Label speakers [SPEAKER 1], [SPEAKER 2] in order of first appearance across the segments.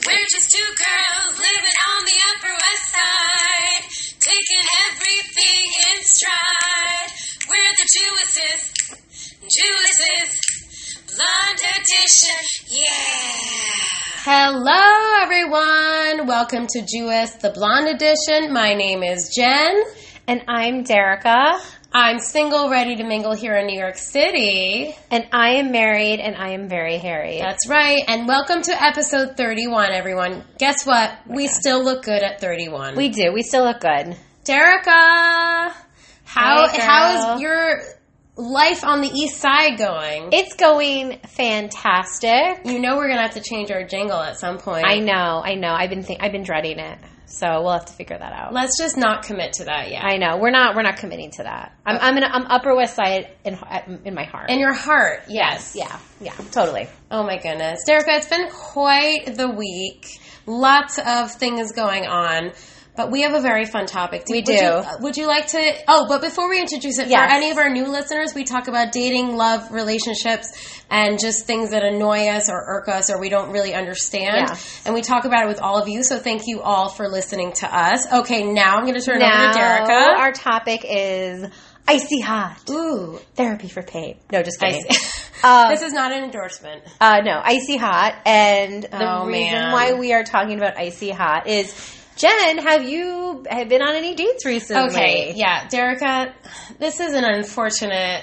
[SPEAKER 1] Two girls living on the Upper West Side, taking everything in stride. We're the Jewesses, Jewesses, blonde edition, yeah.
[SPEAKER 2] Hello, everyone. Welcome to Jewess, the Blonde Edition. My name is Jen.
[SPEAKER 3] And I'm Derica,
[SPEAKER 2] I'm single, ready to mingle here in New York City.
[SPEAKER 3] and I am married, and I am very hairy.
[SPEAKER 2] That's right. And welcome to episode 31, everyone. Guess what? we still look good at 31.
[SPEAKER 3] we do. We still look good.
[SPEAKER 2] Derica, how
[SPEAKER 3] Hi, girl.
[SPEAKER 2] how is your life on the East Side going?
[SPEAKER 3] It's going fantastic.
[SPEAKER 2] you know we're gonna have to change our jingle at some point.
[SPEAKER 3] I know. I know. I've been. Th- I've been dreading it. So we'll have to figure that out.
[SPEAKER 2] Let's just not commit to that yet.
[SPEAKER 3] I know. We're not. We're not committing to that. I'm. I'm. Gonna, I'm Upper West Side in at- in my heart.
[SPEAKER 2] in your heart, yes.
[SPEAKER 3] yeah. Yeah. Totally.
[SPEAKER 2] Oh my goodness. Derica, it's been quite the week. Lots of things going on. But we have a very fun topic.
[SPEAKER 3] We
[SPEAKER 2] would
[SPEAKER 3] do.
[SPEAKER 2] You, uh, would you like to? Oh, but before we introduce it,
[SPEAKER 3] Yes.
[SPEAKER 2] for any of our new listeners, we talk about dating, love, relationships, and just things that annoy us or irk us or we don't really understand.
[SPEAKER 3] Yeah.
[SPEAKER 2] And we talk about it with all of you. So thank you all for listening to us. Okay, now I'm going to turn it
[SPEAKER 3] Now
[SPEAKER 2] over to Derica.
[SPEAKER 3] our topic is icy hot
[SPEAKER 2] Ooh,
[SPEAKER 3] therapy for pain. No, just
[SPEAKER 2] I
[SPEAKER 3] kidding.
[SPEAKER 2] see.
[SPEAKER 3] Um,
[SPEAKER 2] this is not an endorsement.
[SPEAKER 3] Uh, no, Icy Hot. And the
[SPEAKER 2] Oh,
[SPEAKER 3] reason
[SPEAKER 2] man.
[SPEAKER 3] why we are talking about Icy Hot is, Jen, have you have been on any dates recently?
[SPEAKER 2] Okay, yeah, Derica, this is an unfortunate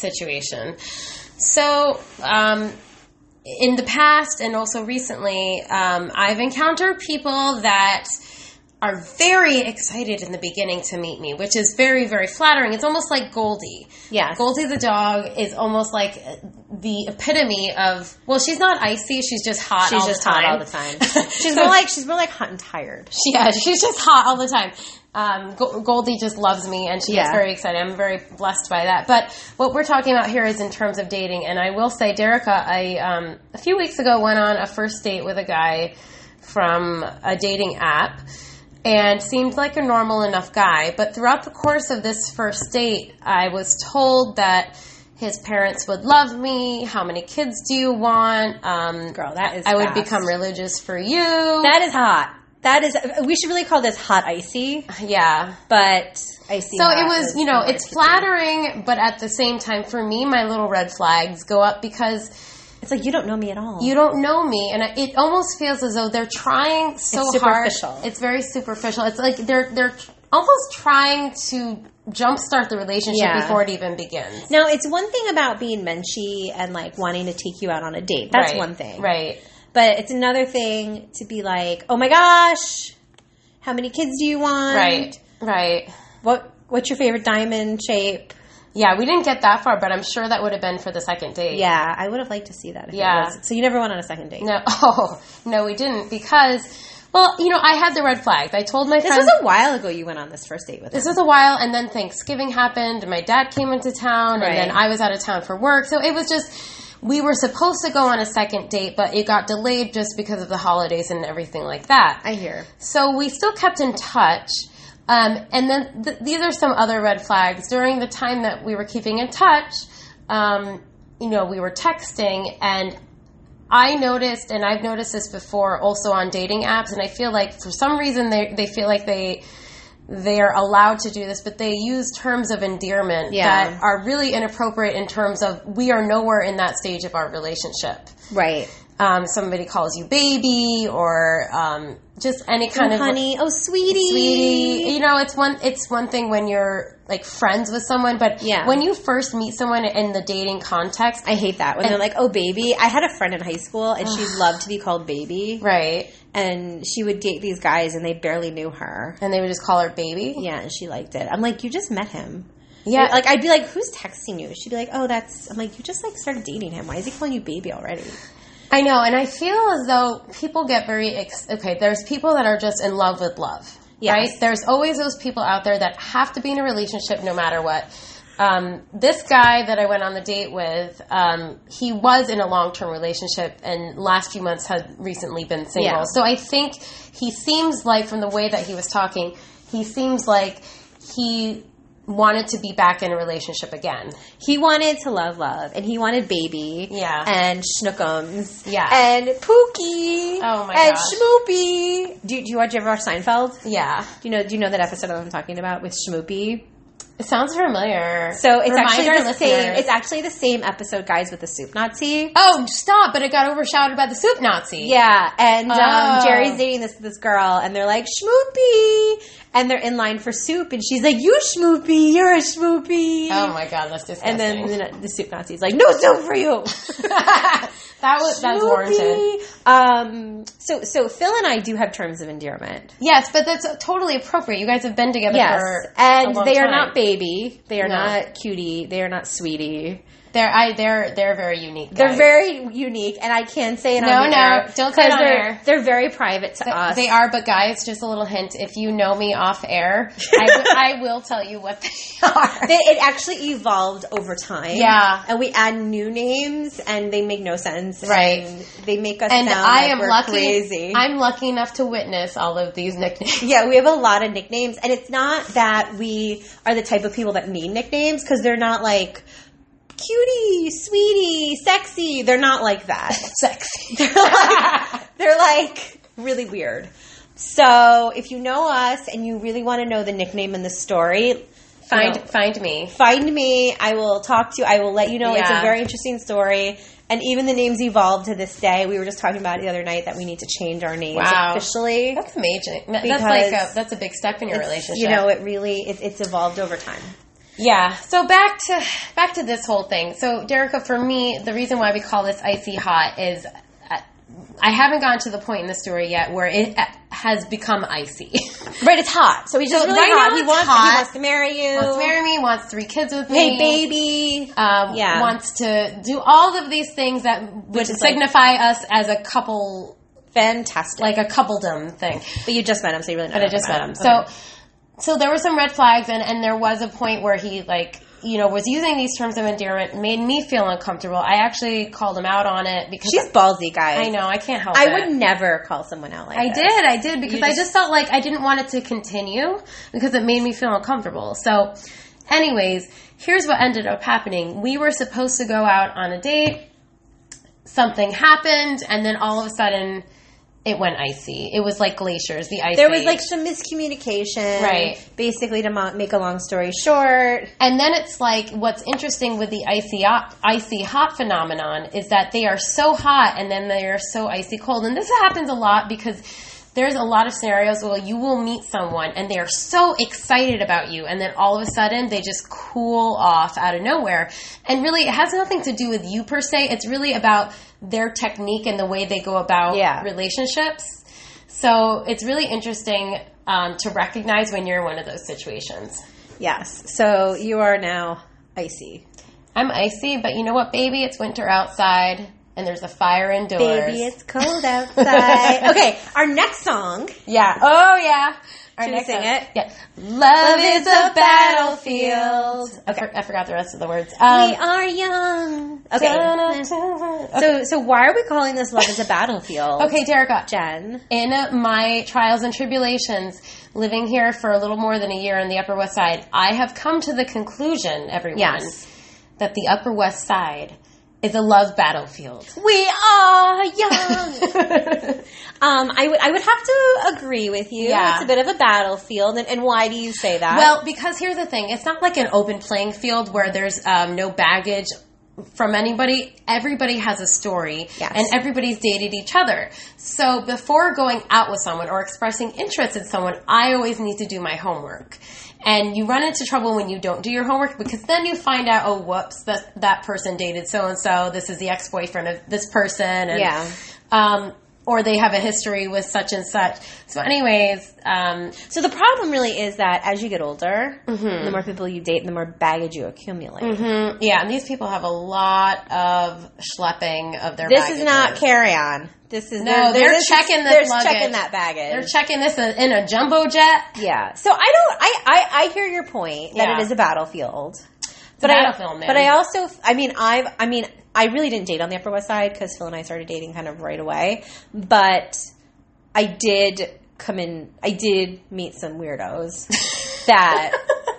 [SPEAKER 2] situation. So, um, in the past and also recently, um, I've encountered people that are very excited in the beginning to meet me, which is very, very flattering. It's almost like Goldie.
[SPEAKER 3] Yes.
[SPEAKER 2] Goldie the dog is almost like the epitome of, well, she's not icy, she's just hot
[SPEAKER 3] She's
[SPEAKER 2] all
[SPEAKER 3] just
[SPEAKER 2] the time.
[SPEAKER 3] hot all the time. she's
[SPEAKER 2] So-
[SPEAKER 3] more like she's more like hot and tired.
[SPEAKER 2] she- yeah, she's just hot all the time. Um, Go- Goldie just loves me, and she gets
[SPEAKER 3] Yeah.
[SPEAKER 2] very excited. I'm very blessed by that. But what we're talking about here is in terms of dating, and I will say, Derica, I um, a few weeks ago went on a first date with a guy from a dating app, and seemed like a normal enough guy. But throughout the course of this first date, I was told that his parents would love me. How many kids do you want? Um,
[SPEAKER 3] Girl, that is
[SPEAKER 2] I would
[SPEAKER 3] fast.
[SPEAKER 2] become religious for you.
[SPEAKER 3] That is hot. That is. We should really call this hot icy,
[SPEAKER 2] yeah.
[SPEAKER 3] but icy.
[SPEAKER 2] So
[SPEAKER 3] hot
[SPEAKER 2] it was,
[SPEAKER 3] is
[SPEAKER 2] you know,
[SPEAKER 3] more
[SPEAKER 2] it's
[SPEAKER 3] like-
[SPEAKER 2] flattering, but at the same time, for me, my little red flags go up because
[SPEAKER 3] It's like you don't know me at all.
[SPEAKER 2] you don't know me, and I- it almost feels as though they're trying so
[SPEAKER 3] It's superficial.
[SPEAKER 2] hard. It's very superficial. It's like they're they're almost trying to jumpstart the relationship
[SPEAKER 3] Yeah.
[SPEAKER 2] before it even begins.
[SPEAKER 3] Now it's one thing about being menschy and like wanting to take you out on a date. That's
[SPEAKER 2] Right.
[SPEAKER 3] one thing,
[SPEAKER 2] right?
[SPEAKER 3] But it's another thing to be like, oh my gosh, how many kids do you want?
[SPEAKER 2] Right, right.
[SPEAKER 3] What What's your favorite diamond shape?
[SPEAKER 2] Yeah, we didn't get that far, but I'm sure that would have been for the second date.
[SPEAKER 3] Yeah, I would have liked to see that. If it
[SPEAKER 2] Yeah.
[SPEAKER 3] was. So you never went on a second date.
[SPEAKER 2] No, oh, no, we didn't because, well, you know, I had the red flags. I told my
[SPEAKER 3] This
[SPEAKER 2] friends.
[SPEAKER 3] was a while ago. You went on this first date with
[SPEAKER 2] this
[SPEAKER 3] us.
[SPEAKER 2] was a while and then thanksgiving happened and my dad came into town and then
[SPEAKER 3] Right.
[SPEAKER 2] i was out of town for work so it was just we were supposed to go on a second date but it got delayed just because of the holidays and everything like that
[SPEAKER 3] I hear.
[SPEAKER 2] so we still kept in touch um, and then th- these are some other red flags during the time that we were keeping in touch um, you know we were texting and I noticed, and I've noticed this before also on dating apps, and I feel like for some reason they, they feel like they they're allowed to do this, but they use terms of endearment
[SPEAKER 3] Yeah.
[SPEAKER 2] that are really inappropriate in terms of we are nowhere in that stage of our relationship.
[SPEAKER 3] Right.
[SPEAKER 2] Um, somebody calls you baby or um, just any kind
[SPEAKER 3] Oh,
[SPEAKER 2] of
[SPEAKER 3] honey. Oh, sweetie.
[SPEAKER 2] sweetie. You know, it's one it's one thing when you're like friends with someone, but
[SPEAKER 3] Yeah.
[SPEAKER 2] when you first meet someone in the dating context,
[SPEAKER 3] I hate that when they're like, "Oh, baby." I had a friend in high school, and she loved to be called baby,
[SPEAKER 2] right?
[SPEAKER 3] and she would date these guys, and they barely knew her.
[SPEAKER 2] And they would just call her baby.
[SPEAKER 3] Yeah, and she liked it. I'm like, you just met him.
[SPEAKER 2] Yeah.
[SPEAKER 3] like I'd be like, who's texting you? She'd be like, oh, that's. I'm like, you just like started dating him. Why is he calling you baby already?
[SPEAKER 2] I know, and I feel as though people get very ex- okay. There's people that are just in love with love,
[SPEAKER 3] Yes.
[SPEAKER 2] right? There's always those people out there that have to be in a relationship no matter what. Um, this guy that I went on the date with, um, he was in a long term relationship, and last few months had recently been single.
[SPEAKER 3] Yeah.
[SPEAKER 2] So I think he seems like, from the way that he was talking, he seems like he wanted to be back in a relationship again.
[SPEAKER 3] He wanted to love love, and he wanted baby,
[SPEAKER 2] Yeah.
[SPEAKER 3] and schnookums,
[SPEAKER 2] Yeah.
[SPEAKER 3] and Pookie,
[SPEAKER 2] Oh my
[SPEAKER 3] and
[SPEAKER 2] gosh.
[SPEAKER 3] Schmoopy. Do, do you watch? Do you ever watch Seinfeld?
[SPEAKER 2] Yeah.
[SPEAKER 3] Do you know? Do you know that episode that I'm talking about with Schmoopy?
[SPEAKER 2] It sounds familiar.
[SPEAKER 3] So it's
[SPEAKER 2] Remind
[SPEAKER 3] actually
[SPEAKER 2] our
[SPEAKER 3] the same.
[SPEAKER 2] listeners.
[SPEAKER 3] It's actually the same episode, guys, with the soup Nazi.
[SPEAKER 2] oh, stop, but it got overshadowed by the soup Nazi.
[SPEAKER 3] Yeah, and um,
[SPEAKER 2] Oh.
[SPEAKER 3] Jerry's dating this this girl, and they're like Schmoopy, and they're in line for soup, and she's like, "You Schmoopy, you're a Schmoopy."
[SPEAKER 2] Oh my god, that's disgusting.
[SPEAKER 3] and then the, the soup Nazi's like, "No soup for you."
[SPEAKER 2] that was that's warranted.
[SPEAKER 3] Um, so so Phil and I do have terms of endearment.
[SPEAKER 2] Yes, but that's totally appropriate. You guys have been together
[SPEAKER 3] Yes,
[SPEAKER 2] for a
[SPEAKER 3] and
[SPEAKER 2] long
[SPEAKER 3] they are
[SPEAKER 2] time.
[SPEAKER 3] not baby. They are
[SPEAKER 2] No.
[SPEAKER 3] not cutie. They are not sweetie.
[SPEAKER 2] They're I they're they're very unique.
[SPEAKER 3] They're
[SPEAKER 2] guys.
[SPEAKER 3] very unique, and I can't say it
[SPEAKER 2] No,
[SPEAKER 3] on the
[SPEAKER 2] no,
[SPEAKER 3] air
[SPEAKER 2] don't say it
[SPEAKER 3] 'cause
[SPEAKER 2] on
[SPEAKER 3] they're,
[SPEAKER 2] air.
[SPEAKER 3] They're very private to us.
[SPEAKER 2] Uh, They are, but guys, just a little hint. If you know me off air, I, w- I will tell you what they are.
[SPEAKER 3] They, it actually evolved over time.
[SPEAKER 2] Yeah.
[SPEAKER 3] and we add new names, and they make no sense.
[SPEAKER 2] Right.
[SPEAKER 3] and they make us.
[SPEAKER 2] and
[SPEAKER 3] sound
[SPEAKER 2] I
[SPEAKER 3] like
[SPEAKER 2] am
[SPEAKER 3] we're
[SPEAKER 2] lucky.
[SPEAKER 3] Crazy.
[SPEAKER 2] I'm lucky enough to witness all of these nicknames.
[SPEAKER 3] yeah, we have a lot of nicknames, and it's not that we are the type of people that need nicknames because they're not like cutie, sweetie, sexy. They're not like that.
[SPEAKER 2] Sexy.
[SPEAKER 3] they're like really weird. So if you know us and you really want to know the nickname and the story,
[SPEAKER 2] find
[SPEAKER 3] you know,
[SPEAKER 2] find me.
[SPEAKER 3] find me. I will talk to you. I will let you know. It's a
[SPEAKER 2] Yeah.
[SPEAKER 3] very interesting story. And even the names evolved to this day. We were just talking about it the other night that we need to change our names
[SPEAKER 2] Wow.
[SPEAKER 3] officially.
[SPEAKER 2] That's amazing. That- That's like
[SPEAKER 3] Because
[SPEAKER 2] a, that's a big step in your relationship.
[SPEAKER 3] You know, it really it, it's evolved over time.
[SPEAKER 2] Yeah. So back to back to this whole thing. So Derica, for me, the reason why we call this icy hot is uh, I haven't gotten to the point in the story yet where it uh, has become icy.
[SPEAKER 3] Right, it's hot. So he's just
[SPEAKER 2] So
[SPEAKER 3] really
[SPEAKER 2] right
[SPEAKER 3] hot.
[SPEAKER 2] now
[SPEAKER 3] He
[SPEAKER 2] it's
[SPEAKER 3] wants
[SPEAKER 2] hot.
[SPEAKER 3] he wants to marry Uh, you.
[SPEAKER 2] wants to marry me, wants three kids with me.
[SPEAKER 3] hey, baby.
[SPEAKER 2] Um,
[SPEAKER 3] Yeah.
[SPEAKER 2] Wants to do all of these things that would
[SPEAKER 3] is like-
[SPEAKER 2] signify us as a couple,
[SPEAKER 3] Fantastic.
[SPEAKER 2] like a coupledom thing.
[SPEAKER 3] but you just met him, so you really.
[SPEAKER 2] But I just met him. So, so there were some red flags, and and there was a point where he like you know was using these terms of endearment made me feel uncomfortable. I actually called him out on it because
[SPEAKER 3] she's ballsy, guys.
[SPEAKER 2] I know I can't help.
[SPEAKER 3] I
[SPEAKER 2] it.
[SPEAKER 3] would never call someone out like
[SPEAKER 2] I
[SPEAKER 3] this.
[SPEAKER 2] did, I did, because I
[SPEAKER 3] just-
[SPEAKER 2] just felt like I didn't want it to continue because it made me feel uncomfortable. So, anyways, here's what ended up happening. We were supposed to go out on a date, something happened, and then all of a sudden, it went icy. It was like glaciers, the ice.
[SPEAKER 3] There was
[SPEAKER 2] age.
[SPEAKER 3] like some miscommunication.
[SPEAKER 2] Right.
[SPEAKER 3] Basically, to mo- make a long story short,
[SPEAKER 2] And then it's like what's interesting with the icy hot, icy hot phenomenon is that they are so hot and then they are so icy cold. And this happens a lot because there's a lot of scenarios where you will meet someone and they are so excited about you and then all of a sudden they just cool off out of nowhere. And really it has nothing to do with you per se. It's really about their technique and the way they go about
[SPEAKER 3] Yeah.
[SPEAKER 2] relationships. So it's really interesting um, to recognize when you're in one of those situations.
[SPEAKER 3] yes. So you are now icy.
[SPEAKER 2] I'm icy, but you know what, baby? It's winter outside, and there's a fire indoors.
[SPEAKER 3] Baby, it's cold outside. okay, our next song.
[SPEAKER 2] yeah. Oh yeah. Our
[SPEAKER 3] Should we sing
[SPEAKER 2] one.
[SPEAKER 3] it?
[SPEAKER 2] Yeah. Love,
[SPEAKER 3] is a battlefield.
[SPEAKER 2] I, for- I forgot the rest of the words.
[SPEAKER 3] we
[SPEAKER 2] Um,
[SPEAKER 3] are young. Okay.
[SPEAKER 2] dun- dun- dun-
[SPEAKER 3] So, so why are we calling this "Love Is a Battlefield"?
[SPEAKER 2] okay, Derica.
[SPEAKER 3] Jen.
[SPEAKER 2] In my trials and tribulations, living here for a little more than a year on the Upper West Side, I have come to the conclusion, everyone,
[SPEAKER 3] Yes.
[SPEAKER 2] that the Upper West Side is a love battlefield.
[SPEAKER 3] We are young. um, I would I would have to agree with you.
[SPEAKER 2] Yeah.
[SPEAKER 3] It's a bit of a battlefield, and, and why do you say that?
[SPEAKER 2] Well, because here's the thing: it's not like an open playing field where there's um, no baggage from anybody. Everybody has a story,
[SPEAKER 3] Yes.
[SPEAKER 2] and everybody's dated each other. So before going out with someone or expressing interest in someone, I always need to do my homework. And you run into trouble when you don't do your homework because then you find out, oh, whoops, that that person dated so and so. This is the ex boyfriend of this person, and
[SPEAKER 3] Yeah.
[SPEAKER 2] um, or they have a history with such and such. So, anyways, um,
[SPEAKER 3] so the problem really is that as you get older, the more people you date, the more baggage you accumulate.
[SPEAKER 2] Yeah, and these people have a lot of schlepping of their.
[SPEAKER 3] This
[SPEAKER 2] baggages.
[SPEAKER 3] is not carry on. This is
[SPEAKER 2] No, they're
[SPEAKER 3] this is-
[SPEAKER 2] checking this
[SPEAKER 3] they're
[SPEAKER 2] luggage.
[SPEAKER 3] checking that baggage.
[SPEAKER 2] They're checking this in a jumbo jet.
[SPEAKER 3] yeah. So I don't. I I, I hear your point that
[SPEAKER 2] Yeah.
[SPEAKER 3] it is a battlefield.
[SPEAKER 2] a
[SPEAKER 3] But I,
[SPEAKER 2] battlefield, man.
[SPEAKER 3] but I also, I mean, I've, I mean, I really didn't date on the Upper West Side because Phil and I started dating kind of right away. But I did come in. I did meet some weirdos that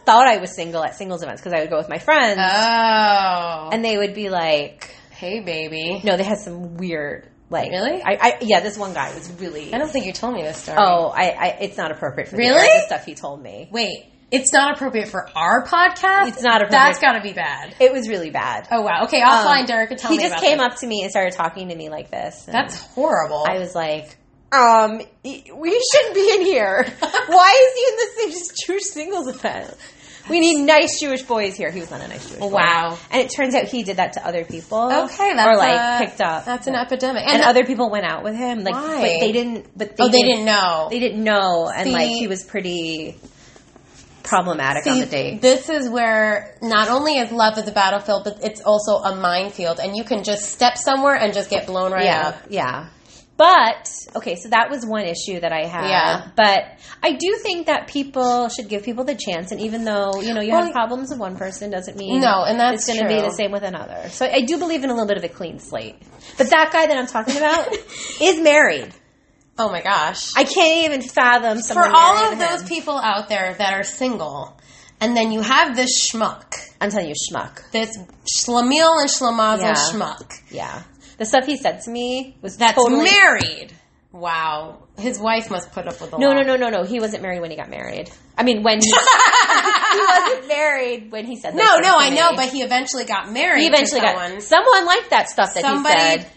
[SPEAKER 3] thought I was single at singles events because I would go with my friends
[SPEAKER 2] Oh.
[SPEAKER 3] and they would be like,
[SPEAKER 2] hey, baby.
[SPEAKER 3] no, they had some weird, like,
[SPEAKER 2] Really?
[SPEAKER 3] I, I yeah, this one guy was really,
[SPEAKER 2] I don't think you told me this story.
[SPEAKER 3] oh, I, I, it's not appropriate for the
[SPEAKER 2] Really?
[SPEAKER 3] era, the stuff he told me.
[SPEAKER 2] Wait. It's not appropriate for our podcast?
[SPEAKER 3] It's not appropriate.
[SPEAKER 2] That's got to be bad.
[SPEAKER 3] It was really bad.
[SPEAKER 2] Oh, wow. Okay, offline,
[SPEAKER 3] Um,
[SPEAKER 2] Derek, tell
[SPEAKER 3] he
[SPEAKER 2] me
[SPEAKER 3] just
[SPEAKER 2] about
[SPEAKER 3] came
[SPEAKER 2] this.
[SPEAKER 3] up to me and started talking to me like this. and
[SPEAKER 2] That's horrible.
[SPEAKER 3] I was like, um, y- we shouldn't be in here. Why is he in this Jewish singles event? We need nice Jewish boys here. He was not a nice Jewish boy.
[SPEAKER 2] Wow.
[SPEAKER 3] And it turns out he did that to other people.
[SPEAKER 2] okay, that's
[SPEAKER 3] or like
[SPEAKER 2] a-
[SPEAKER 3] picked up.
[SPEAKER 2] That's an epidemic.
[SPEAKER 3] and
[SPEAKER 2] the-
[SPEAKER 3] other people went out with him. Like,
[SPEAKER 2] Why?
[SPEAKER 3] but they didn't. But they
[SPEAKER 2] oh, they
[SPEAKER 3] didn't-
[SPEAKER 2] didn't know.
[SPEAKER 3] They didn't know, and
[SPEAKER 2] See-
[SPEAKER 3] like he was pretty problematic on
[SPEAKER 2] See,
[SPEAKER 3] the date.
[SPEAKER 2] This is where not only is love is a battlefield, but it's also a minefield, and you can just step somewhere and just get blown right
[SPEAKER 3] yeah,
[SPEAKER 2] up.
[SPEAKER 3] yeah. But okay, so that was one issue that I had.
[SPEAKER 2] Yeah.
[SPEAKER 3] But I do think that people should give people the chance, and even though you know you
[SPEAKER 2] Well,
[SPEAKER 3] have problems with one person, doesn't mean
[SPEAKER 2] No, and that's
[SPEAKER 3] it's going to be
[SPEAKER 2] true.
[SPEAKER 3] the same with another. So I do believe in a little bit of a clean slate. But that guy that I'm talking about is married.
[SPEAKER 2] Oh my gosh!
[SPEAKER 3] I can't even fathom
[SPEAKER 2] For
[SPEAKER 3] someone
[SPEAKER 2] all
[SPEAKER 3] married
[SPEAKER 2] of
[SPEAKER 3] to
[SPEAKER 2] those
[SPEAKER 3] him.
[SPEAKER 2] people out there that are single, and then you have this schmuck,
[SPEAKER 3] I'm telling you, schmuck.
[SPEAKER 2] this schlemiel and schlemazel
[SPEAKER 3] Yeah.
[SPEAKER 2] schmuck
[SPEAKER 3] Yeah, the stuff he said to me was
[SPEAKER 2] that's
[SPEAKER 3] totally-
[SPEAKER 2] married. Wow, his wife must put up with a
[SPEAKER 3] No,
[SPEAKER 2] lot.
[SPEAKER 3] no, no, no, no. He wasn't married when he got married. I mean, when he, he wasn't married when he said those
[SPEAKER 2] No,
[SPEAKER 3] things
[SPEAKER 2] no,
[SPEAKER 3] to
[SPEAKER 2] I know,
[SPEAKER 3] me.
[SPEAKER 2] but he eventually got married.
[SPEAKER 3] he eventually
[SPEAKER 2] to
[SPEAKER 3] got
[SPEAKER 2] someone.
[SPEAKER 3] someone liked that stuff that
[SPEAKER 2] Somebody-
[SPEAKER 3] he said.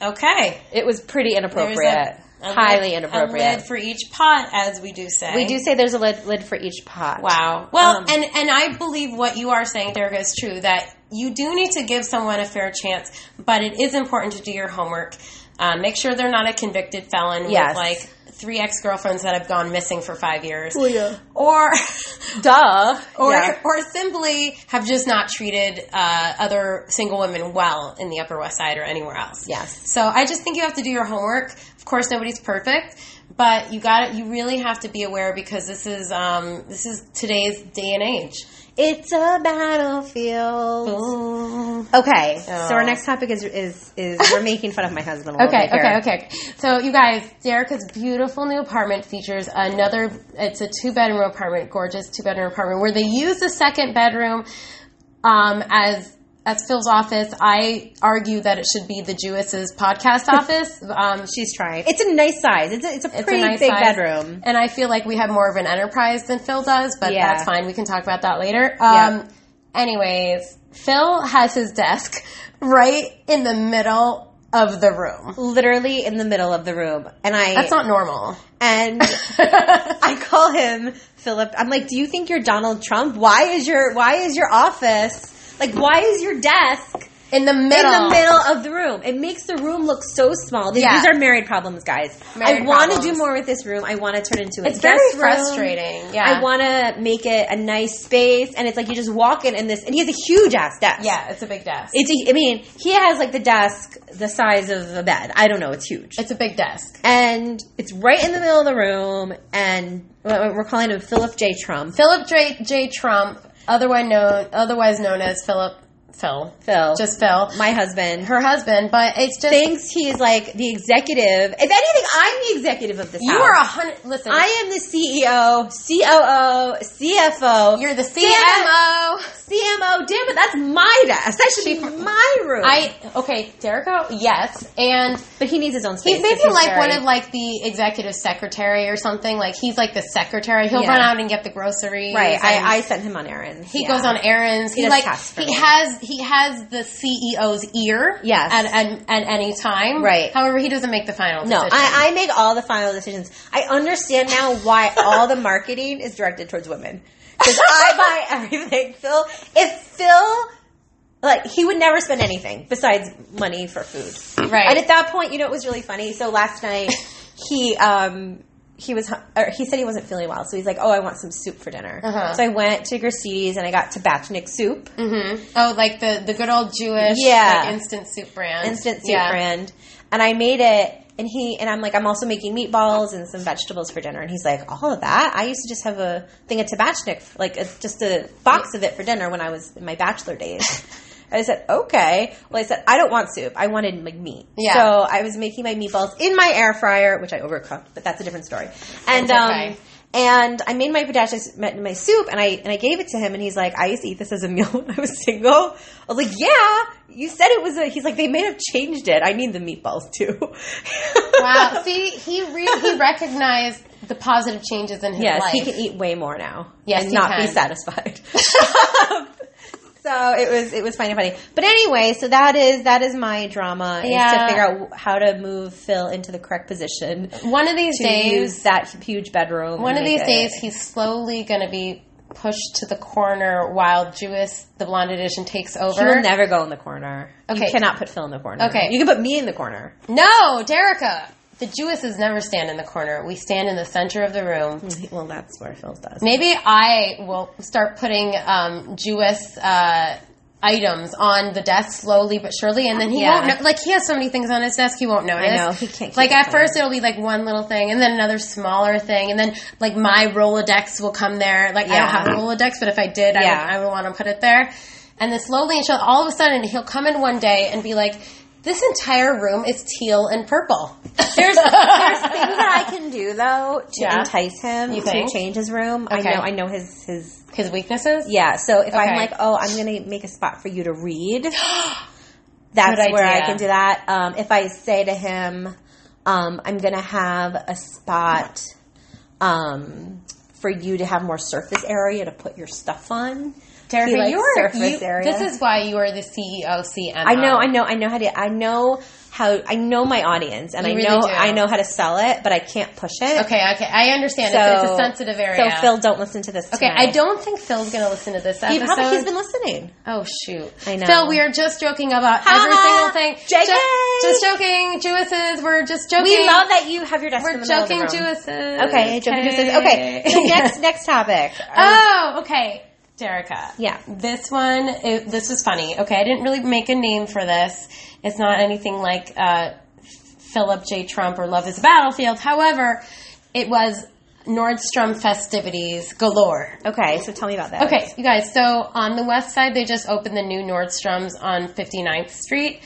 [SPEAKER 2] Okay,
[SPEAKER 3] It was pretty
[SPEAKER 2] There's a-
[SPEAKER 3] inappropriate,
[SPEAKER 2] a lid-
[SPEAKER 3] highly
[SPEAKER 2] A lid
[SPEAKER 3] inappropriate.
[SPEAKER 2] for each pot, as we do say.
[SPEAKER 3] We do say there's a lid, lid for each pot.
[SPEAKER 2] Wow. Well,
[SPEAKER 3] Um,
[SPEAKER 2] and and I believe what you are saying, Derek, is true. That you do need to give someone a fair chance, but it is important to do your homework. Um, make sure they're not a convicted felon
[SPEAKER 3] Yes.
[SPEAKER 2] with like three ex girlfriends that have gone missing for five years,
[SPEAKER 3] yeah.
[SPEAKER 2] or
[SPEAKER 3] Duh.
[SPEAKER 2] or
[SPEAKER 3] Yeah.
[SPEAKER 2] or simply have just not treated uh, other single women well in the Upper West Side or anywhere else.
[SPEAKER 3] Yes.
[SPEAKER 2] So I just think you have to do your homework. Of course, nobody's perfect, but you got to You really have to be aware because this is um, this is today's day and age.
[SPEAKER 3] It's a battlefield. Mm. Okay. So our
[SPEAKER 2] Oh.
[SPEAKER 3] next topic is is is we're making fun of my husband. A little
[SPEAKER 2] Okay,
[SPEAKER 3] bit here.
[SPEAKER 2] okay, okay. So you guys, Derica's beautiful new apartment features another. It's a two bedroom apartment, gorgeous two bedroom apartment where they use the second bedroom um, as as Phil's office. I argue that it should be the Jewess's podcast office. Um, she
[SPEAKER 3] She's trying. It's a nice size. It's a, it's a
[SPEAKER 2] it's
[SPEAKER 3] pretty
[SPEAKER 2] a nice
[SPEAKER 3] big
[SPEAKER 2] size.
[SPEAKER 3] bedroom.
[SPEAKER 2] and I feel like we have more of an enterprise than Phil does, but
[SPEAKER 3] Yeah.
[SPEAKER 2] that's fine. We can talk about that later.
[SPEAKER 3] Yeah.
[SPEAKER 2] Um, Anyways, Phil has his desk right in the middle of the room.
[SPEAKER 3] Literally in the middle of the room, and I
[SPEAKER 2] That's not normal.
[SPEAKER 3] and I call him Philip. I'm like, do you think you're Donald Trump? Why is your Why is your office like? Why is your desk
[SPEAKER 2] in the middle.
[SPEAKER 3] in the middle of the room? It makes the room look so small. These,
[SPEAKER 2] Yeah.
[SPEAKER 3] these are married problems, guys.
[SPEAKER 2] Married
[SPEAKER 3] I want to
[SPEAKER 2] problems.
[SPEAKER 3] do more with this room. I want to turn it into a
[SPEAKER 2] It's very
[SPEAKER 3] guest room.
[SPEAKER 2] frustrating. Yeah.
[SPEAKER 3] I want to make it a nice space, and it's like you just walk in, and this, and he has a huge ass desk.
[SPEAKER 2] Yeah, it's a big desk.
[SPEAKER 3] It's a, I mean, he has like the desk the size of a bed. I don't know. It's huge.
[SPEAKER 2] It's a big desk.
[SPEAKER 3] and it's right in the middle of the room. And we're we're calling him Philip J. Trump.
[SPEAKER 2] Philip J. J. Trump, otherwise known otherwise known as Philip Phil,
[SPEAKER 3] Phil,
[SPEAKER 2] just Phil,
[SPEAKER 3] my husband,
[SPEAKER 2] her husband. But it's just
[SPEAKER 3] thinks he's like the executive. If anything, I'm the executive of this.
[SPEAKER 2] you
[SPEAKER 3] house.
[SPEAKER 2] are a hundred. Listen,
[SPEAKER 3] I am the E CEO, COO, CFO.
[SPEAKER 2] you're the
[SPEAKER 3] Damn it.
[SPEAKER 2] CMO.
[SPEAKER 3] CMO. Damn it, that's my desk. That should be my room.
[SPEAKER 2] I okay, Derrico. Yes, and
[SPEAKER 3] but he needs his own space.
[SPEAKER 2] he's maybe
[SPEAKER 3] 'cause
[SPEAKER 2] like
[SPEAKER 3] very-
[SPEAKER 2] one of like the executive secretary or something. Like he's like the secretary. He'll
[SPEAKER 3] Yeah.
[SPEAKER 2] run out and get the groceries.
[SPEAKER 3] right.
[SPEAKER 2] and-
[SPEAKER 3] I, I sent him on errands.
[SPEAKER 2] He
[SPEAKER 3] Yeah.
[SPEAKER 2] goes on errands. He,
[SPEAKER 3] does
[SPEAKER 2] like
[SPEAKER 3] tasks for
[SPEAKER 2] he
[SPEAKER 3] me.
[SPEAKER 2] has he has the CEO's ear.
[SPEAKER 3] Yes.
[SPEAKER 2] At, at, at any time.
[SPEAKER 3] Right.
[SPEAKER 2] However, he doesn't make the final.
[SPEAKER 3] No,
[SPEAKER 2] decision.
[SPEAKER 3] I, I make all the final decisions. I understand now why all the marketing is directed towards women. Because I buy everything. Phil, if Phil, like, he would never spend anything besides money for food.
[SPEAKER 2] Right.
[SPEAKER 3] And at that point, you know, it was really funny. So last night, he, um, he was, hu- or he said he wasn't feeling well, so he's like, "Oh, I want some soup for dinner."
[SPEAKER 2] Uh-huh.
[SPEAKER 3] So I went to Gracie's and I got tabachnik soup,
[SPEAKER 2] oh, like the the good old Jewish
[SPEAKER 3] Yeah.
[SPEAKER 2] like, instant soup brand.
[SPEAKER 3] instant soup
[SPEAKER 2] Yeah.
[SPEAKER 3] brand, and I made it. And he and I'm like, I'm also making meatballs and some vegetables for dinner. And he's like, all of that. I used to just have a thing of tabachnik, like a, just a box of it for dinner when I was in my bachelor days. And I said, okay. Well, I said, I don't want soup. I wanted like meat.
[SPEAKER 2] Yeah.
[SPEAKER 3] So I was making my meatballs in my air fryer, which I overcooked, but that's a different story. And
[SPEAKER 2] That's okay.
[SPEAKER 3] um, And I made my pistachio my soup, and I and I gave it to him, and he's like, "I used to eat this as a meal when I was single." I was like, "Yeah, you said it was a." He's like, "They may have changed it. I need the meatballs too."
[SPEAKER 2] Wow. See, he re- he recognized the positive changes in his
[SPEAKER 3] yes,
[SPEAKER 2] life.
[SPEAKER 3] he can eat way more now.
[SPEAKER 2] Yes,
[SPEAKER 3] and
[SPEAKER 2] he
[SPEAKER 3] not be
[SPEAKER 2] can.
[SPEAKER 3] satisfied. so it was it was funny, funny. But anyway, so that is that is my drama is
[SPEAKER 2] Yeah.
[SPEAKER 3] to figure out how to move Phil into the correct position to
[SPEAKER 2] one of these days,
[SPEAKER 3] use that huge bedroom. and
[SPEAKER 2] one of
[SPEAKER 3] make
[SPEAKER 2] these
[SPEAKER 3] it-
[SPEAKER 2] days, he's slowly going to be pushed to the corner while Jewess, the blonde edition, takes over.
[SPEAKER 3] He will never go in the corner.
[SPEAKER 2] Okay.
[SPEAKER 3] You cannot put Phil in the corner.
[SPEAKER 2] Okay.
[SPEAKER 3] You can put me in the corner.
[SPEAKER 2] No, Derica. The Jewesses never stand in the corner. We stand in the center of the room.
[SPEAKER 3] Well, that's where Phil does.
[SPEAKER 2] Maybe I will start putting um, Jewess uh, items on the desk slowly but surely, and then he
[SPEAKER 3] Yeah.
[SPEAKER 2] won't know. Like he has so many things on his desk, he won't notice.
[SPEAKER 3] know, he can't keep
[SPEAKER 2] Like
[SPEAKER 3] it
[SPEAKER 2] at first, it'll be like one little thing, and then another smaller thing, and then like my Rolodex will come there. Like I
[SPEAKER 3] Yeah.
[SPEAKER 2] don't have a Rolodex, but if I did,
[SPEAKER 3] Yeah.
[SPEAKER 2] I would, I would want to put it there. And then slowly, and she'll, all of a sudden, he'll come in one day and be like, "This entire room is teal and purple."
[SPEAKER 3] There's, there's things that I can do though to
[SPEAKER 2] Yeah.
[SPEAKER 3] entice him
[SPEAKER 2] You
[SPEAKER 3] to
[SPEAKER 2] think?
[SPEAKER 3] change his room.
[SPEAKER 2] Okay.
[SPEAKER 3] I know. I know his his
[SPEAKER 2] His weaknesses.
[SPEAKER 3] Yeah. So if
[SPEAKER 2] Okay.
[SPEAKER 3] I'm like, oh, I'm gonna make a spot for you to read, that's
[SPEAKER 2] Good
[SPEAKER 3] where I
[SPEAKER 2] idea.
[SPEAKER 3] can do that. Um, if I say to him, um, I'm gonna have a spot um, for you to have more surface area to put your stuff on.
[SPEAKER 2] Tara,
[SPEAKER 3] He likes
[SPEAKER 2] you are
[SPEAKER 3] surface
[SPEAKER 2] you-
[SPEAKER 3] area.
[SPEAKER 2] This is why you are the E CEO CMO.
[SPEAKER 3] I know, I know, I know how to. I know how. I know my audience, and
[SPEAKER 2] You
[SPEAKER 3] I
[SPEAKER 2] really
[SPEAKER 3] know
[SPEAKER 2] do.
[SPEAKER 3] I know how to sell it, but I can't push it.
[SPEAKER 2] Okay, okay, I understand. it's, it's a sensitive area.
[SPEAKER 3] So Phil, don't listen to this.
[SPEAKER 2] Okay, I
[SPEAKER 3] tonight.
[SPEAKER 2] don't think Phil's going to listen to this
[SPEAKER 3] He
[SPEAKER 2] episode.
[SPEAKER 3] probably he's been listening.
[SPEAKER 2] oh shoot!
[SPEAKER 3] I know.
[SPEAKER 2] Phil, we are just joking about
[SPEAKER 3] Ha
[SPEAKER 2] every single
[SPEAKER 3] ha.
[SPEAKER 2] thing.
[SPEAKER 3] JK.
[SPEAKER 2] Just, just joking, Jewesses. We're just joking.
[SPEAKER 3] We love that you have your desk
[SPEAKER 2] We're
[SPEAKER 3] in the middle
[SPEAKER 2] joking,
[SPEAKER 3] of the room.
[SPEAKER 2] Jewesses.
[SPEAKER 3] Okay, joking juices. Okay, so next next topic.
[SPEAKER 2] Oh, okay. Derica.
[SPEAKER 3] Yeah.
[SPEAKER 2] This one, it, this was funny. Okay, I didn't really make a name for this. It's not anything like uh, Philip J. Trump or Love is a Battlefield. However, it was Nordstrom festivities galore.
[SPEAKER 3] Um, Okay, so tell me about that.
[SPEAKER 2] Okay, you guys, so on the west side, they just opened the new Nordstrom's on 59th Street.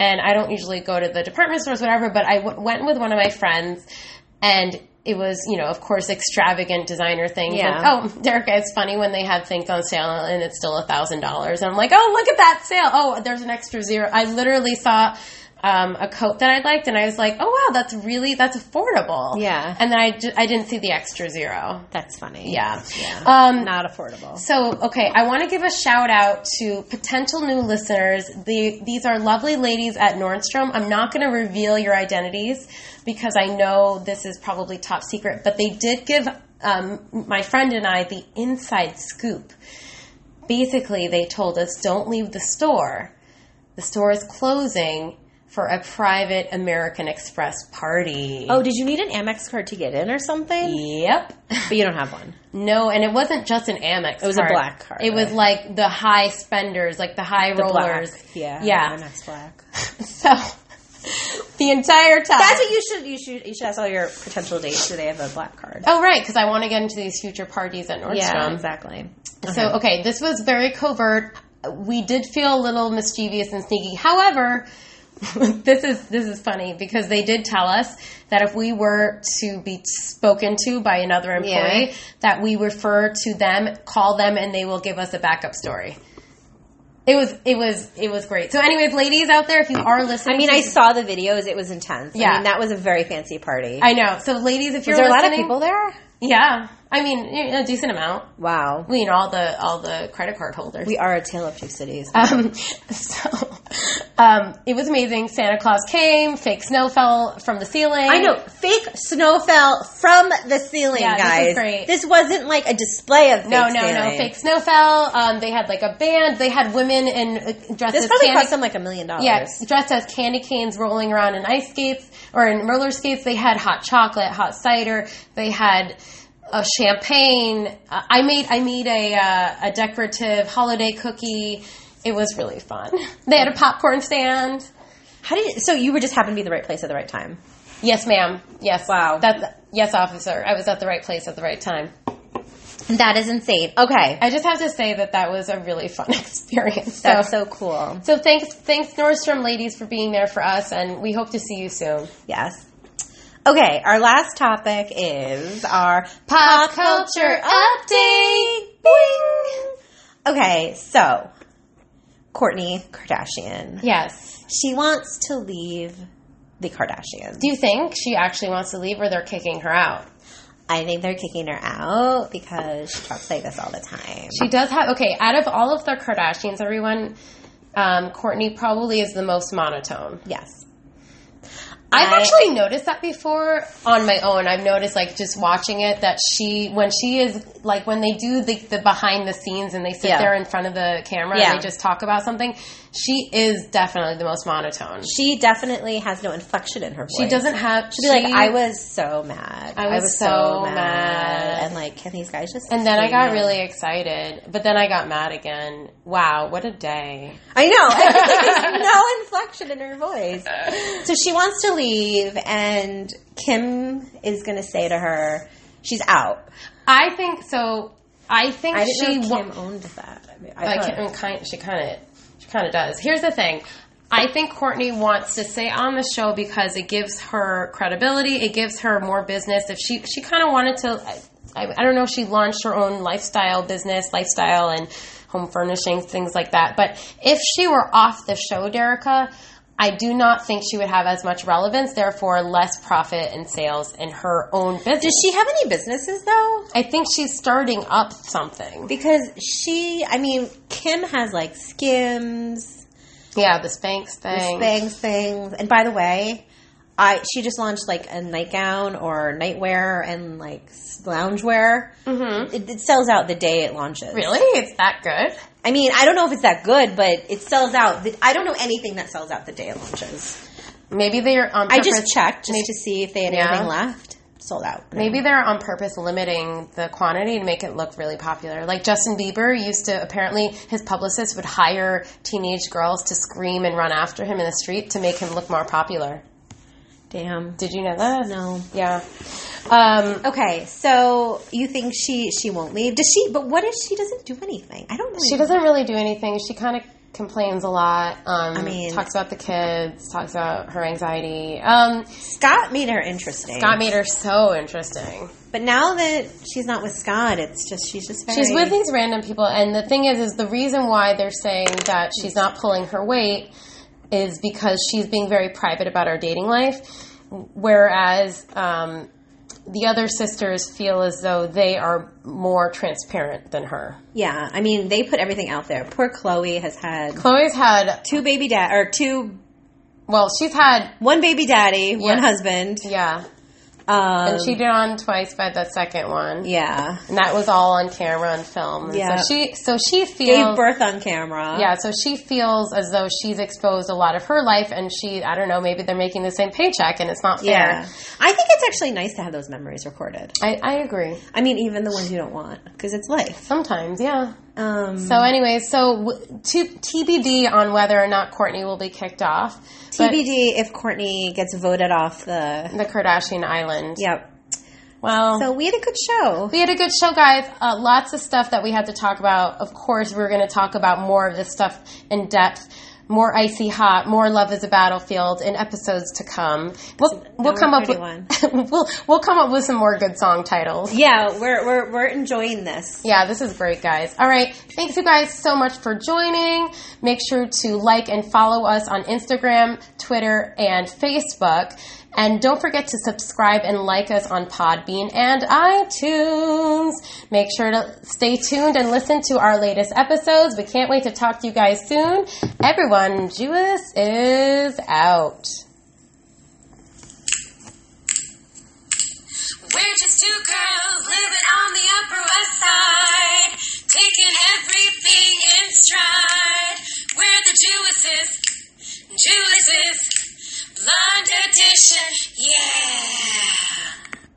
[SPEAKER 2] And I don't usually go to the department stores, whatever, but I w- went with one of my friends and it was, you know, of course, extravagant designer things.
[SPEAKER 3] Yeah.
[SPEAKER 2] Like, oh, Derek, it's funny when they have things on sale and it's still a thousand dollars. I'm like, oh, look at that sale. Oh, there's an extra zero. I literally saw um, a coat that I liked and I was like, oh wow, that's really that's affordable.
[SPEAKER 3] Yeah.
[SPEAKER 2] And then I, ju- I didn't see the extra zero.
[SPEAKER 3] that's funny.
[SPEAKER 2] Yeah.
[SPEAKER 3] Yeah.
[SPEAKER 2] Um,
[SPEAKER 3] not affordable.
[SPEAKER 2] so, okay, I want to give a shout out to potential new listeners. The, these are lovely ladies at Nordstrom. I'm not going to reveal your identities because I know this is probably top secret, but they did give um, my friend and I the inside scoop. Basically, they told us don't leave the store. The store is closing for a private American Express party.
[SPEAKER 3] Oh, did you need an Amex card to get in or something?
[SPEAKER 2] yep.
[SPEAKER 3] But you don't have one.
[SPEAKER 2] No, and it wasn't just an Amex. It
[SPEAKER 3] was a black card,
[SPEAKER 2] It was
[SPEAKER 3] right?
[SPEAKER 2] like the high spenders, like the high rollers.
[SPEAKER 3] Black. Yeah.
[SPEAKER 2] yeah.
[SPEAKER 3] Amex black.
[SPEAKER 2] So the entire time.
[SPEAKER 3] That's what you should you should you should ask all your potential dates. Do they have a black card?
[SPEAKER 2] oh right, because I want to get into these future parties at Nordstrom.
[SPEAKER 3] yeah, exactly.
[SPEAKER 2] So okay, this was very covert. We did feel a little mischievous and sneaky. However, this is this is funny because they did tell us that if we were to be spoken to by another employee,
[SPEAKER 3] Yeah.
[SPEAKER 2] that we refer to them, call them, and they will give us a backup story. It was it was it was great. So, anyways, ladies out there, if you are listening,
[SPEAKER 3] I mean,
[SPEAKER 2] to-
[SPEAKER 3] I saw the videos. It was intense.
[SPEAKER 2] Yeah.
[SPEAKER 3] I mean, that was a very fancy party.
[SPEAKER 2] I know. So, ladies, if you're
[SPEAKER 3] was there a lot of
[SPEAKER 2] listening,
[SPEAKER 3] people there?
[SPEAKER 2] yeah, I mean, a decent amount.
[SPEAKER 3] Wow.
[SPEAKER 2] You know, all the all the credit card holders.
[SPEAKER 3] We are a tale of two cities.
[SPEAKER 2] Um, so um, it was amazing. Santa Claus came. Fake snow fell from the ceiling.
[SPEAKER 3] I know. Fake snow fell from the ceiling,
[SPEAKER 2] Yeah, this
[SPEAKER 3] guys.
[SPEAKER 2] is great.
[SPEAKER 3] This wasn't like a display of fake
[SPEAKER 2] No, no, no.
[SPEAKER 3] ceiling.
[SPEAKER 2] Fake snow fell. Um, they had like a band. They had women in uh, dressed
[SPEAKER 3] This
[SPEAKER 2] as
[SPEAKER 3] probably
[SPEAKER 2] candy.
[SPEAKER 3] cost them like a million dollars.
[SPEAKER 2] yeah, dressed as candy canes, rolling around in ice skates or in roller skates. They had hot chocolate, hot cider. They had. A champagne. Uh, I made I made a uh, a decorative holiday cookie. It was really fun. They had a popcorn stand.
[SPEAKER 3] How did you, so you were just happened to be in the right place at the right time?
[SPEAKER 2] Yes, ma'am. Yes.
[SPEAKER 3] Wow.
[SPEAKER 2] That's yes, officer. I was at the right place at the right time.
[SPEAKER 3] That is insane. Okay.
[SPEAKER 2] I just have to say that that was a really fun experience. So,
[SPEAKER 3] That's
[SPEAKER 2] so,
[SPEAKER 3] so cool.
[SPEAKER 2] thanks, thanks Nordstrom ladies for being there for us, and we hope to see you soon.
[SPEAKER 3] Yes. Okay, our last topic is our pop culture update. Bing. Okay, so Courtney Kardashian.
[SPEAKER 2] Yes.
[SPEAKER 3] She wants to leave the Kardashians.
[SPEAKER 2] Do you think she actually wants to leave or they're kicking her out?
[SPEAKER 3] I think they're kicking her out because she talks like this all the time.
[SPEAKER 2] She does have, okay, out of all of the Kardashians, everyone, um, Courtney probably is the most monotone.
[SPEAKER 3] yes.
[SPEAKER 2] I've
[SPEAKER 3] I-
[SPEAKER 2] actually noticed that before on my own. I've noticed, like, just watching it, that she, when she is, like, when they do the, the behind the scenes and they sit
[SPEAKER 3] Yeah.
[SPEAKER 2] there in front of the camera
[SPEAKER 3] Yeah.
[SPEAKER 2] and they just talk about something, she is definitely the most monotone. She,
[SPEAKER 3] She definitely has no inflection in her voice.
[SPEAKER 2] doesn't have.
[SPEAKER 3] She'd be like, I was so mad.
[SPEAKER 2] I was so mad."
[SPEAKER 3] And like, can these guys just.
[SPEAKER 2] And then I
[SPEAKER 3] stay
[SPEAKER 2] got
[SPEAKER 3] mad?
[SPEAKER 2] really excited, but then I got mad again. Wow, what a day.
[SPEAKER 3] I know. There's no inflection in her voice. So she wants to leave, and Kim is going to say to her, she's out.
[SPEAKER 2] I think so. I think
[SPEAKER 3] I
[SPEAKER 2] she
[SPEAKER 3] didn't know
[SPEAKER 2] wa-
[SPEAKER 3] Kim owned that. I mean, I
[SPEAKER 2] I
[SPEAKER 3] thought-
[SPEAKER 2] can, kind, she kind of she kind of does. Here's the thing. I think Courtney wants to stay on the show because it gives her credibility. It gives her more business. If she she kind of wanted to, I, I don't know. if She launched her own lifestyle business, lifestyle and home furnishings, things like that. But if she were off the show, Derica, I do not think she would have as much relevance. Therefore, less profit and sales in her own business.
[SPEAKER 3] Does she have any businesses, though?
[SPEAKER 2] I think she's starting up something.
[SPEAKER 3] Because she, I mean, Kim has like Skims,
[SPEAKER 2] Yeah, the Spanx thing.
[SPEAKER 3] things, things. And by the way, I she just launched like a nightgown or nightwear and like s- loungewear. Mm-hmm. It, it sells out the day it launches.
[SPEAKER 2] Really? It's that good?
[SPEAKER 3] I mean, I don't know if it's that good, but it sells out. The, I don't know anything that sells out the day it launches.
[SPEAKER 2] Maybe they're on
[SPEAKER 3] I
[SPEAKER 2] purpose.
[SPEAKER 3] just checked just to see if they had
[SPEAKER 2] Yeah.
[SPEAKER 3] anything left. Sold out.
[SPEAKER 2] Maybe they're on purpose limiting the quantity to make it look really popular. Like Justin Bieber used to apparently his publicist would hire teenage girls to scream and run after him in the street to make him look more popular.
[SPEAKER 3] Damn.
[SPEAKER 2] Did you know that?
[SPEAKER 3] No.
[SPEAKER 2] Yeah. Um,
[SPEAKER 3] Okay, so you think she she won't leave? Does she? But what if she doesn't do anything? I don't. Really
[SPEAKER 2] she doesn't really do anything. She kind of complains a lot. Um,
[SPEAKER 3] I mean-
[SPEAKER 2] talks about the kids. Talks about her anxiety. Um,
[SPEAKER 3] Scott made her interesting.
[SPEAKER 2] Scott made her so interesting.
[SPEAKER 3] But now that she's not with Scott, it's just she's just very
[SPEAKER 2] She's with these random people, and the thing is, is the reason why they're saying that she's not pulling her weight is because she's being very private about her dating life, whereas um, the other sisters feel as though they are more transparent than her.
[SPEAKER 3] Yeah, I mean they put everything out there. Poor Chloe has had
[SPEAKER 2] Chloe's had
[SPEAKER 3] two baby dad or two
[SPEAKER 2] well, she's had
[SPEAKER 3] one baby daddy, one
[SPEAKER 2] Yeah.
[SPEAKER 3] husband.
[SPEAKER 2] yeah,
[SPEAKER 3] Um,
[SPEAKER 2] and cheated on twice by the second one,
[SPEAKER 3] yeah,
[SPEAKER 2] and that was all on camera and film. And
[SPEAKER 3] Yeah.
[SPEAKER 2] so she so she feels
[SPEAKER 3] gave birth on camera.
[SPEAKER 2] Yeah, so she feels as though she's exposed a lot of her life, and she, I don't know, maybe they're making the same paycheck, and it's not fair.
[SPEAKER 3] yeah. I think it's actually nice to have those memories recorded.
[SPEAKER 2] I, I agree.
[SPEAKER 3] I mean, even the ones you don't want because it's life.
[SPEAKER 2] Sometimes, yeah.
[SPEAKER 3] Um,
[SPEAKER 2] So, anyway, so w- to, TBD on whether or not Courtney will be kicked off but
[SPEAKER 3] TBD if Courtney gets voted off the.
[SPEAKER 2] the Kardashian Island.
[SPEAKER 3] Yep.
[SPEAKER 2] Well,
[SPEAKER 3] So we had a good show.
[SPEAKER 2] we had a good show, guys. Uh, lots of stuff that we had to talk about. Of course, we are going to talk about more of this stuff in depth. More icy hot, more love is a battlefield in episodes to come. We'll, we'll
[SPEAKER 3] Number
[SPEAKER 2] come up with
[SPEAKER 3] 31.
[SPEAKER 2] we'll we'll come up with some more good song titles.
[SPEAKER 3] Yeah, we're we're we're enjoying this.
[SPEAKER 2] Yeah, this is great, guys. All right. Thanks, you guys, so much for joining. Make sure to like and follow us on Instagram, Twitter, and Facebook. And don't forget to subscribe and like us on Podbean and iTunes. Make sure to stay tuned and listen to our latest episodes. We can't wait to talk to you guys soon. Everyone, Jewess is out.
[SPEAKER 1] We're just two girls living on the Upper West Side, taking everything in stride. We're the Jewesses, Jewesses, blonde edition, yeah.